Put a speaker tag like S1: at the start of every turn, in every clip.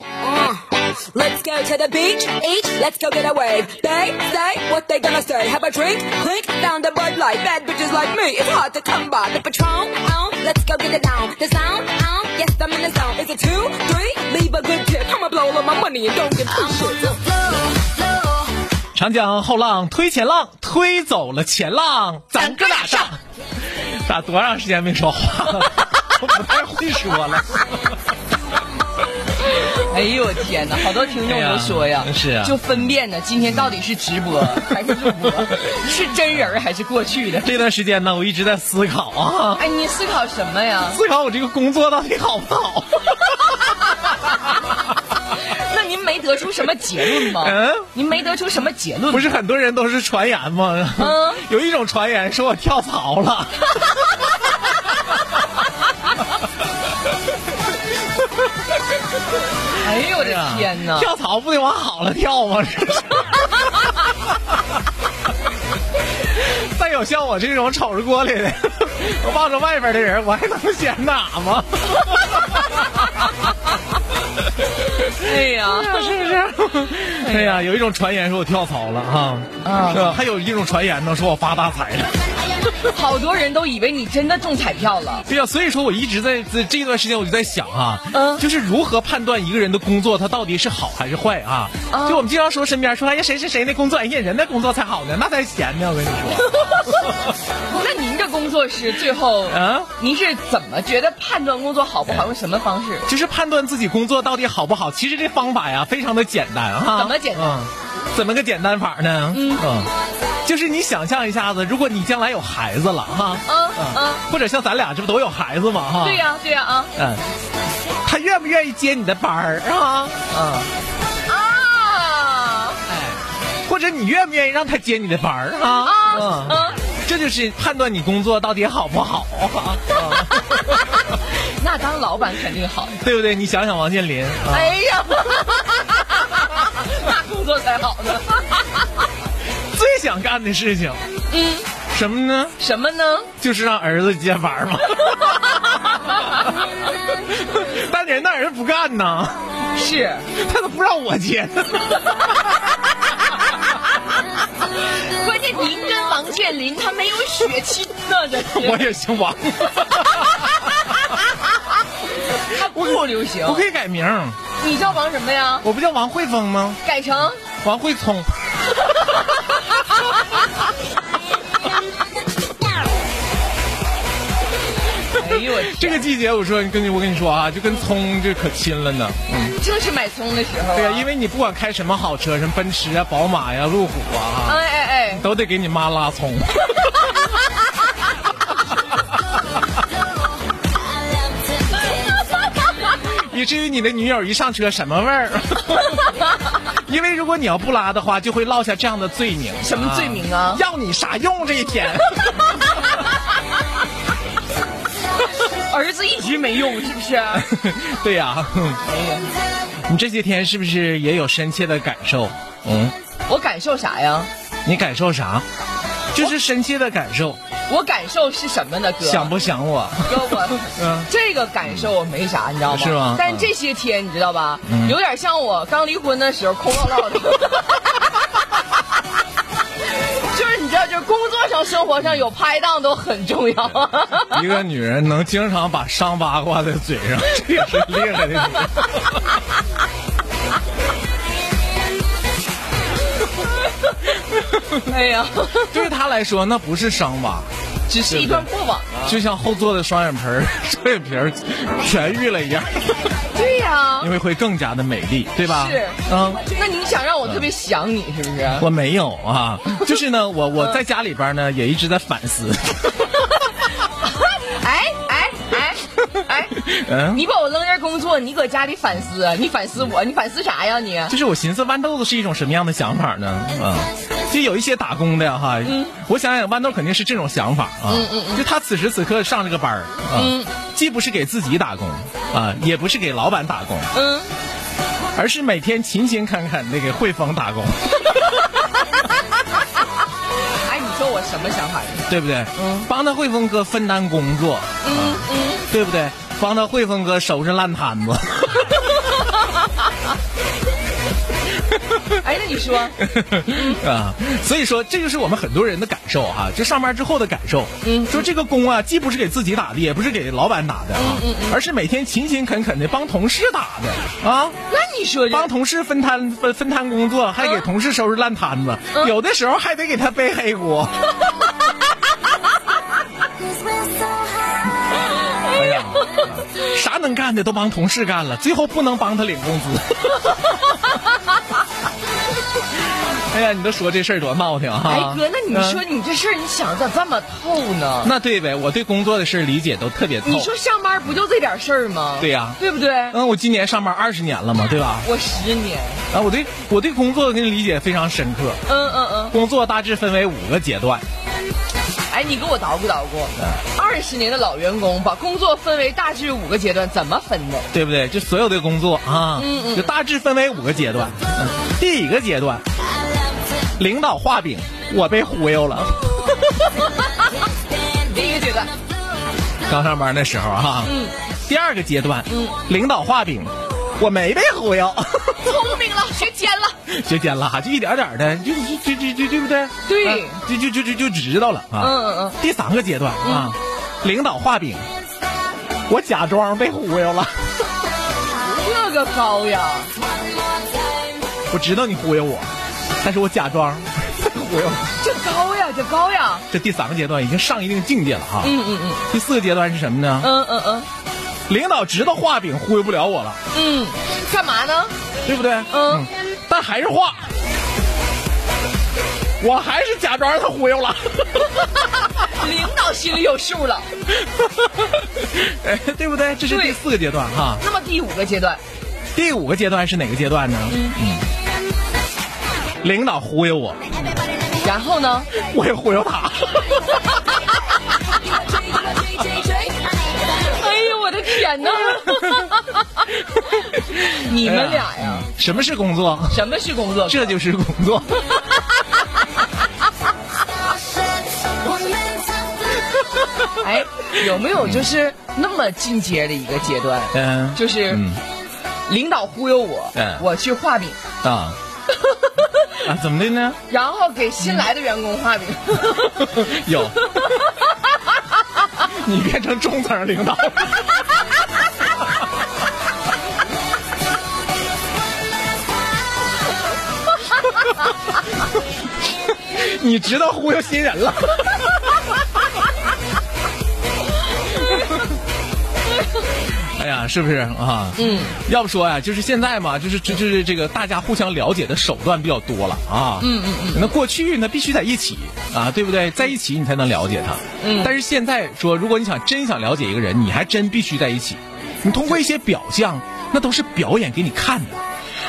S1: Uh, Let's go to the beach, each, let's go get a wave. They say what they gonna say. Have a drink, clink, down the Bud Light. Bad bitches like me, it's hard to come by. The Patron, on, let's go get it down. The sound, on, yes, I'm in the zone. Is it two, three? Leave a good tip. I'ma blow all of my money and don't give two shits.
S2: 长江后浪推前浪，推走了前浪，咱哥俩上。咋多长时间没说话 了？我不太会说了。
S3: 哎呦我天哪，好多听众都说呀，
S2: 哎呀是啊
S3: 就分辨呢，今天到底是直 播还是录播，是真人儿还是过去的？
S2: 这段时间呢，我一直在思考啊，
S3: 哎，你思考什么呀？
S2: 思考我这个工作到底好不好。
S3: 那您没得出什么结论吗？
S2: 嗯
S3: 您没得出什么结论吗？
S2: 不是很多人都是传言吗？
S3: 嗯
S2: 有一种传言说我跳槽了。
S3: 哎呦我的天哪！
S2: 跳槽不得往好了跳吗？ 是不是再有像我这种瞅着锅里的，我望着外边的人，我还能显哪吗？
S3: 哎呀，
S2: 是不是？ 哎呀，有一种传言说我跳槽了啊，
S3: 啊
S2: 是吧？还有一种传言呢，说我发大财 了。
S3: 好多人都以为你真的中彩票了。
S2: 对呀、所以说我一直在这这段时间我就在想啊，
S3: 嗯
S2: 就是如何判断一个人的工作他到底是好还是坏啊？
S3: 嗯
S2: 就我们经常说身边说，哎呀谁谁谁那工作，哎呀人的工作才好呢，那才闲呢，我跟你说。
S3: 那您这工作是最后，
S2: 啊
S3: 您是怎么觉得判断工作好不好？用什么方式？
S2: 就是判断自己工作到底好不好，其实这方法呀非常的简单啊。
S3: 怎么简单
S2: 嗯怎么个简单法呢？
S3: 嗯
S2: 就是你想象一下子，如果你将来有孩子了哈，
S3: 嗯嗯
S2: 啊或者像咱俩这不都有孩子吗？哈，
S3: 对、呀、对呀啊
S2: 嗯，他愿不愿意接你的班儿啊？
S3: 啊啊
S2: 或者你愿不愿意让他接你的班儿啊？
S3: 啊
S2: 嗯，
S3: 啊！
S2: 这就是判断你工作到底好不好 啊，
S3: 那当老板肯定好。
S2: 对不对？你想想王健林啊，
S3: 哎呀， 那工作才好呢。
S2: 最想干的事情
S3: 嗯，
S2: 什么呢？
S3: 什么呢？
S2: 就是让儿子接班儿 嘛。但人那人不干呐，
S3: 是
S2: 他都不让我接。
S3: 关键您跟王健林他没有血亲 呢，这
S2: 我
S3: 是
S2: 也姓王，
S3: 嗯他不流行
S2: 我。可以改名儿，
S3: 你叫王什么呀？
S2: 我不叫王慧峰吗？
S3: 改成
S2: 王慧聪。
S3: 哎 呦我
S2: 这个季节，我说跟你，我跟你说啊，就跟葱这可亲了呢。
S3: 正是买葱的时候、啊。
S2: 对呀、因为你不管开什么好车，什么奔驰啊、宝马呀、路虎啊，
S3: 哎哎哎，
S2: 都得给你妈拉 葱。以至于你的女友一上车什么味 儿？因为如果你要不拉的话，就会落下这样的罪名。
S3: 什么罪名啊
S2: 要你啥用这一天？
S3: 儿子一直没用，是不啊是？
S2: 对呀、嗯
S3: 哎
S2: 你这些天是不是也有深切的感受？嗯，
S3: 我感受啥呀？
S2: 你感受啥？就是深切的感受，
S3: 我感受是什么呢，哥？
S2: 想不想我？
S3: 哥我。
S2: 嗯，
S3: 这个感受我没啥，你知道吗？
S2: 是吗嗯
S3: 但这些天你知道吧，有点像我刚离婚的时候空落落的。 就是你知道，就是工作上、生活上有拍档都很 重要。
S2: 一个女人能经常把伤疤挂在嘴 上，这也是厉害的女人。
S3: 哎呀，
S2: 对她来说，那不是伤疤，
S3: 只是一段过往。啊
S2: 就像后座的双眼皮儿、 双眼皮儿痊愈了一样，
S3: 对呀、
S2: 因为会更加的美丽，对吧？
S3: 是
S2: 嗯。
S3: 那你想让我特别想你，是不是？
S2: 我没有啊，就是呢，我我在家里边呢也一直在反思，
S3: 哎哎哎哎，
S2: 嗯
S3: 你把我扔这儿工作，你搁家里反思，啊你反思我，你反思啥呀你？
S2: 就是我寻思豌豆子是一种什么样的想法呢？
S3: 嗯
S2: 啊，就有一些打工的哈，我想想豌豆肯定是这种想法啊，
S3: 嗯
S2: 就他此时此刻上这个班儿啊，既不是给自己打工啊，也不是给老板打工，
S3: 嗯，
S2: 而是每天勤勤恳恳的给汇丰打工，
S3: 嗯哎，你说我什么想法？
S2: 对不对？帮他汇丰哥分担工作，啊
S3: 嗯嗯，
S2: 对不对？帮他汇丰哥收拾烂摊子。
S3: 哎那你 说，
S2: 啊，所以说这就是我们很多人的感受哈、就上班之后的感受。嗯，说这个工啊，既不是给自己打的，也不是给老板打的啊，而是每天勤勤恳恳的帮同事打的啊，
S3: 那你说
S2: 帮
S3: 这，
S2: 同事分摊分分摊工作，还给
S3: 呃嗯
S2: 同事收拾烂摊子，有的时候还得给他背黑 锅。哎呀，啥能干的都帮同事干了，最后不能帮他领工资。 哎呀，你都说这事儿多闹挺哈、
S3: 哎哥，那你
S2: 嗯
S3: 说你这事儿你想得咋这么透呢？
S2: 那对呗，我对工作的事儿理解都特别透。
S3: 你说上班不就这点事儿吗？
S2: 对呀
S3: 对不对？
S2: 嗯，我今年上班二十年了嘛，对吧？
S3: 我十年，
S2: 啊，我对我对工作的理解非常深刻。
S3: 嗯嗯嗯，
S2: 工作大致分为五个阶段，
S3: 哎，你给我捣鼓捣鼓，二十年的老员工把工作分为大致五个阶段，怎么分的？
S2: 对不对？就所有的工作啊，
S3: 嗯嗯
S2: 就大致分为五个阶段。嗯第一个阶段，领导画饼，我被忽悠了。
S3: 第一个阶段，
S2: 刚上班那时候哈、
S3: 嗯，
S2: 第二个阶段，领导画饼，我没被忽悠，
S3: 聪明了，学尖了，
S2: 学尖了哈，就一点点的，就就就就就对不对？
S3: 对
S2: 啊就就就就就知道了啊。
S3: 嗯嗯嗯。
S2: 第三个阶段啊，领导画饼，我假装被忽悠了，
S3: 这个高呀！
S2: 我知道你忽悠我，但是我假装忽悠。
S3: 这高呀，这高呀！
S2: 这第三个阶段已经上一定境界了哈。
S3: 嗯嗯嗯
S2: 第四个阶段是什么呢？
S3: 嗯嗯嗯
S2: 领导知道画饼忽悠不了我了，
S3: 嗯，干嘛呢？
S2: 对不对？
S3: 嗯，
S2: 但还是画，我还是假装让他忽悠 了。
S3: 领导心里有数了。
S2: 哎，对不对？这是第
S3: 对
S2: 四个阶段哈。
S3: 那么第五个阶段，
S2: 第五个阶段是哪个阶段呢？嗯，领导忽悠我，
S3: 然后呢？
S2: 我也忽悠他。
S3: 哎呦，我的天 哪！你们俩哎呀，
S2: 哎嗯什么是工作？
S3: 什么是工作？
S2: 这就是工 作。
S3: 哎，有没有就是那么进阶的一个阶段？
S2: 嗯，
S3: 就是
S2: 嗯
S3: 领导忽悠我
S2: 嗯，
S3: 我去画饼，
S2: 啊啊，怎么的呢？
S3: 然后给新来的员工画饼。
S2: 有，你变成中层领导了。你知道忽悠新人了。哎呀，是不是啊？嗯，要不说呀、就是现在嘛，就是这就是这个大家互相了解的手段比较多了啊。嗯嗯嗯。那过去那必须在一起啊，对不对？在一起你才能了解他。嗯。但是现在说，如果你想真想了解一个人，你还真必须在一起。你通过一些表象，那都是表演给你看的，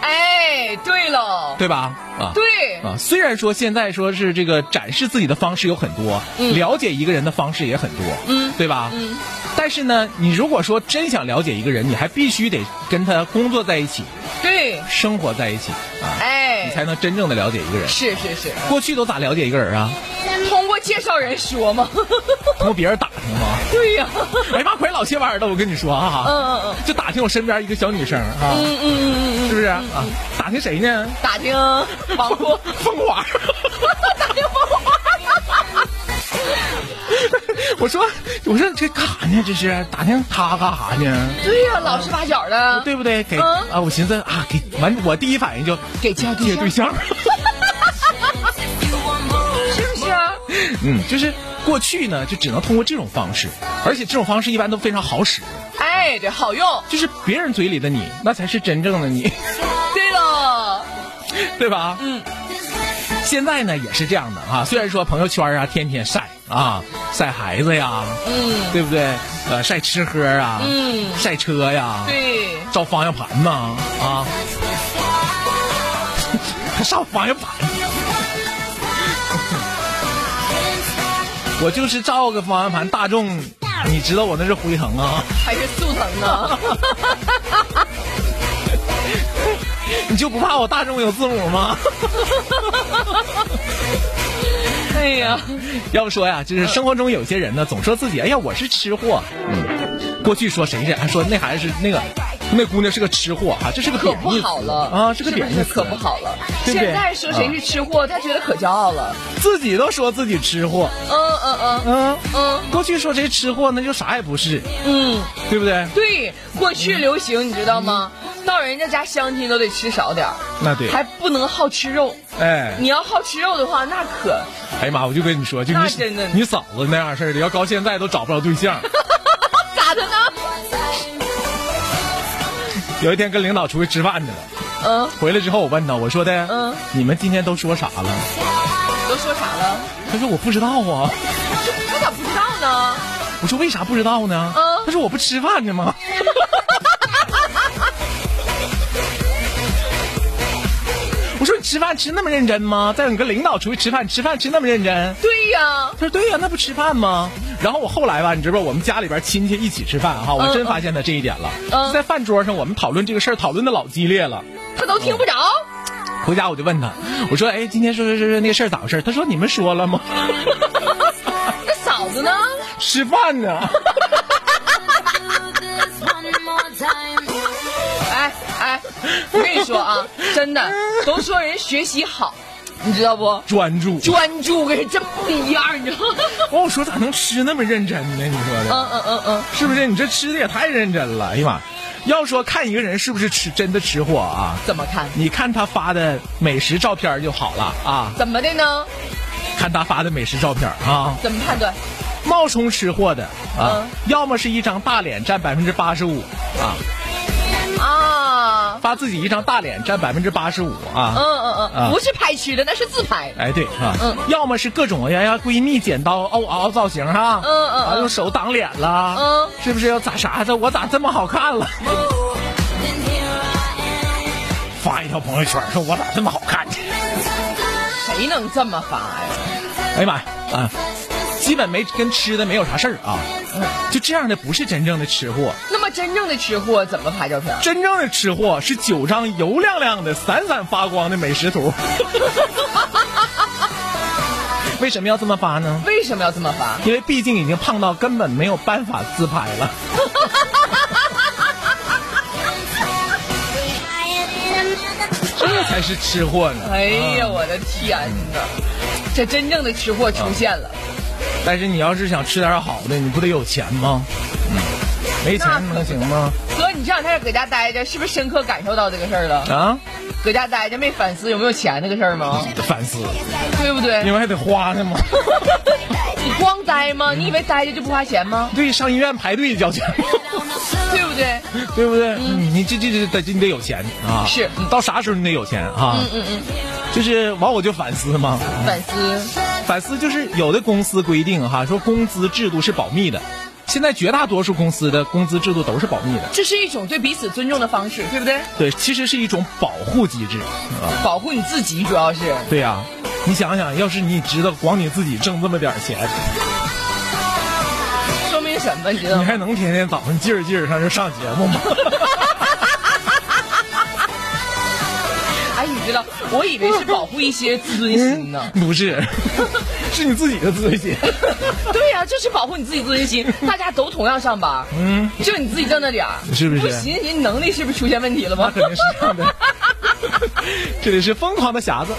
S3: 哎，对喽，
S2: 对吧？啊，
S3: 对，
S2: 啊，虽然说现在说是这个展示自己的方式有很多，了解一个人的方式也很多，嗯，对吧？嗯，但是呢，你如果说真想了解一个人，你还必须得跟他工作在一起，
S3: 对，
S2: 生活在一起啊，
S3: 哎
S2: 你才能真正的了解一个人。
S3: 是是是，
S2: 过去都咋了解一个人啊？
S3: 通过介绍人说嘛。
S2: 通过别人打听 吗？
S3: 对呀、
S2: 哎呀妈，快老些玩意儿了！我跟你说啊，
S3: 嗯嗯嗯，
S2: 就打听我身边一个小女生啊，嗯嗯嗯嗯，是不是啊？打听谁呢？
S3: 打听王波，
S2: 凤凰。 我说，我说这干啥呢？这是打听他干啥呢？
S3: 对呀、老实巴交的，
S2: 对不对？给、
S3: 嗯
S2: 啊，我寻思啊，给完，我第一反应就
S3: 给介绍对
S2: 介
S3: 象
S2: 对象。
S3: 是不是啊？
S2: 嗯，就是过去呢，就只能通过这种方式，而且这种方式一般都非常好使，
S3: 哎，对，好用，
S2: 就是别人嘴里的你，那才是真正的你，
S3: 对了，
S2: 对吧？
S3: 嗯。
S2: 现在呢也是这样的啊，虽然说朋友圈啊天天晒啊，晒孩子呀，
S3: 嗯，
S2: 对不对？呃，晒吃喝啊，
S3: 嗯
S2: 晒车呀，
S3: 对，
S2: 照方向盘呐，啊， 还上方向盘。 我就是照个方向盘，大众，你知道我那是辉腾啊，
S3: 还是速腾呢？
S2: 你就不怕我大众有字母吗？
S3: 哎呀，
S2: 要不说呀，就是生活中有些人呢，总说自己，哎呀，我是吃货。嗯，过去说谁是，还说那孩子是那个，那姑娘是个吃货啊，这是个
S3: 可
S2: 贬
S3: 不
S2: 义
S3: 好
S2: 词
S3: 了
S2: 啊，这个
S3: 是不
S2: 贬义
S3: 是
S2: 词
S3: 可不好了？
S2: 对不对
S3: 现在说谁是吃货，他觉得可骄傲了。
S2: 自己都说自己吃货，
S3: 嗯嗯嗯
S2: 嗯，
S3: 嗯
S2: 过去说谁吃货那就啥也不是，
S3: 嗯，
S2: 对不对？
S3: 对，过去流行你知道吗？到人家家相亲都得吃少点儿，
S2: 那对，
S3: 还不能好吃肉。
S2: 哎，
S3: 你要好吃肉的话，那可
S2: 哎呀妈，我就跟你说，就
S3: 那
S2: 你
S3: 真的
S2: 你嫂子那样式儿的，要搞现在都找不着对象。
S3: 咋的呢？
S2: 有一天跟领导出去吃饭去了，
S3: 嗯，
S2: 回来之后我问他，我说的，
S3: 嗯，
S2: 你们今天都说啥了？
S3: 都说啥了？
S2: 他说我不知道啊。
S3: 他咋不知道呢？
S2: 我说为啥不知道呢？
S3: 嗯
S2: 他说我不吃饭呢吗？ 我说你吃饭吃那么认真吗？再有你跟领导出去吃饭，吃饭吃那么认真？
S3: 对呀，
S2: 他说对呀、那不吃饭吗？然后我后来吧，你知不知道我们家里边亲戚一起吃饭哈、我真发现他这一点了。
S3: 嗯
S2: 就在饭桌上我们讨论这个事儿，讨论的老激烈了。
S3: 他都听不着。
S2: 回家我就问他，我说哎，今天说说说说那个事儿咋回事？他说你们说了吗？
S3: 那嫂子呢？
S2: 吃饭呢。
S3: 哎哎，我跟你说啊，真的，都说人学习好，你知道不？
S2: 专注。
S3: 专注跟人真不一样，你知道吗？
S2: 我说咋能吃那么认真呢？你说的
S3: 嗯嗯嗯嗯，
S2: 是不是？你这吃的也太认真了。哎呀妈，要说看一个人是不是吃真的吃货啊，
S3: 怎么看？
S2: 你看他发的美食照片就好了啊，
S3: 怎么的呢？
S2: 看他发的美食照片啊，
S3: 怎么判断？
S2: 冒充吃货的啊
S3: 嗯，
S2: 要么是一张大脸占百分之八十五啊，
S3: 啊，
S2: 发自己一张大脸占百分之八十五啊。
S3: 嗯嗯
S2: 啊
S3: 嗯，不是拍吃的，那是自拍。
S2: 哎，对啊，
S3: 嗯
S2: 要么是各种哎呀闺蜜剪刀凹凹造型啊，
S3: 嗯嗯
S2: 啊
S3: 嗯
S2: 用手挡脸啦，
S3: 嗯
S2: 是不是要咋啥的？我咋这么好看了？发一条朋友圈说我咋这么好看呢？
S3: 谁能这么发呀？
S2: 哎呀妈呀啊！基本没跟吃的没有啥事儿啊，
S3: 嗯
S2: 就这样的不是真正的吃货，
S3: 那么真正的吃货怎么拍照片？
S2: 真正的吃货是九张油亮亮的、闪闪发光的美食图。 为什么要这么发呢？
S3: 为什么要这么发？
S2: 因为毕竟已经胖到根本没有办法自拍了。这 才是吃货呢。
S3: 哎呀，我的天哪！这真正的吃货出现了，
S2: 但是你要是想吃点好的，你不得有钱吗？嗯，没钱能行吗？
S3: 哥，你这两天搁家待着，是不是深刻感受到这个事儿了？
S2: 啊，
S3: 搁家待着没反思有没有钱这个事儿吗？
S2: 得反思，
S3: 对不对？
S2: 因为还得花 呢嘛。
S3: 你光呆
S2: 嗯
S3: 吗？你以为待着就不花钱吗？
S2: 对，上医院排队交钱，
S3: 对不对？
S2: 对不对？嗯，你这这这得你得有钱啊。
S3: 是嗯
S2: 到啥时候你得有钱啊？嗯嗯嗯。就是完我就反思嘛，
S3: 反思，
S2: 反思就是有的公司规定哈、说工资制度是保密的，现在绝大多数公司的工资制度都是保密的。
S3: 这是一种对彼此尊重的方式，对不对？
S2: 对，其实是一种保护机制。
S3: 保护你自己主要是。
S2: 对呀、你想想，要是你知道光你自己挣这么点儿钱，
S3: 说明什么？你知道
S2: 你
S3: 吗？
S2: 还能天天早上劲儿劲儿上这上节目吗？ 嗯
S3: 哎，你知道，我以为是保护一些自尊心呢。
S2: 不是， 是你自己的自尊 心。
S3: 对呀、就是保护你自己自尊心。
S2: 嗯
S3: 大家都同样上班，嗯，就你自己挣那点儿，
S2: 是不是
S3: 不寻思你能力是不是出现问题了
S2: 那
S3: 吗？
S2: 肯定是这样的。这里是疯狂的匣子，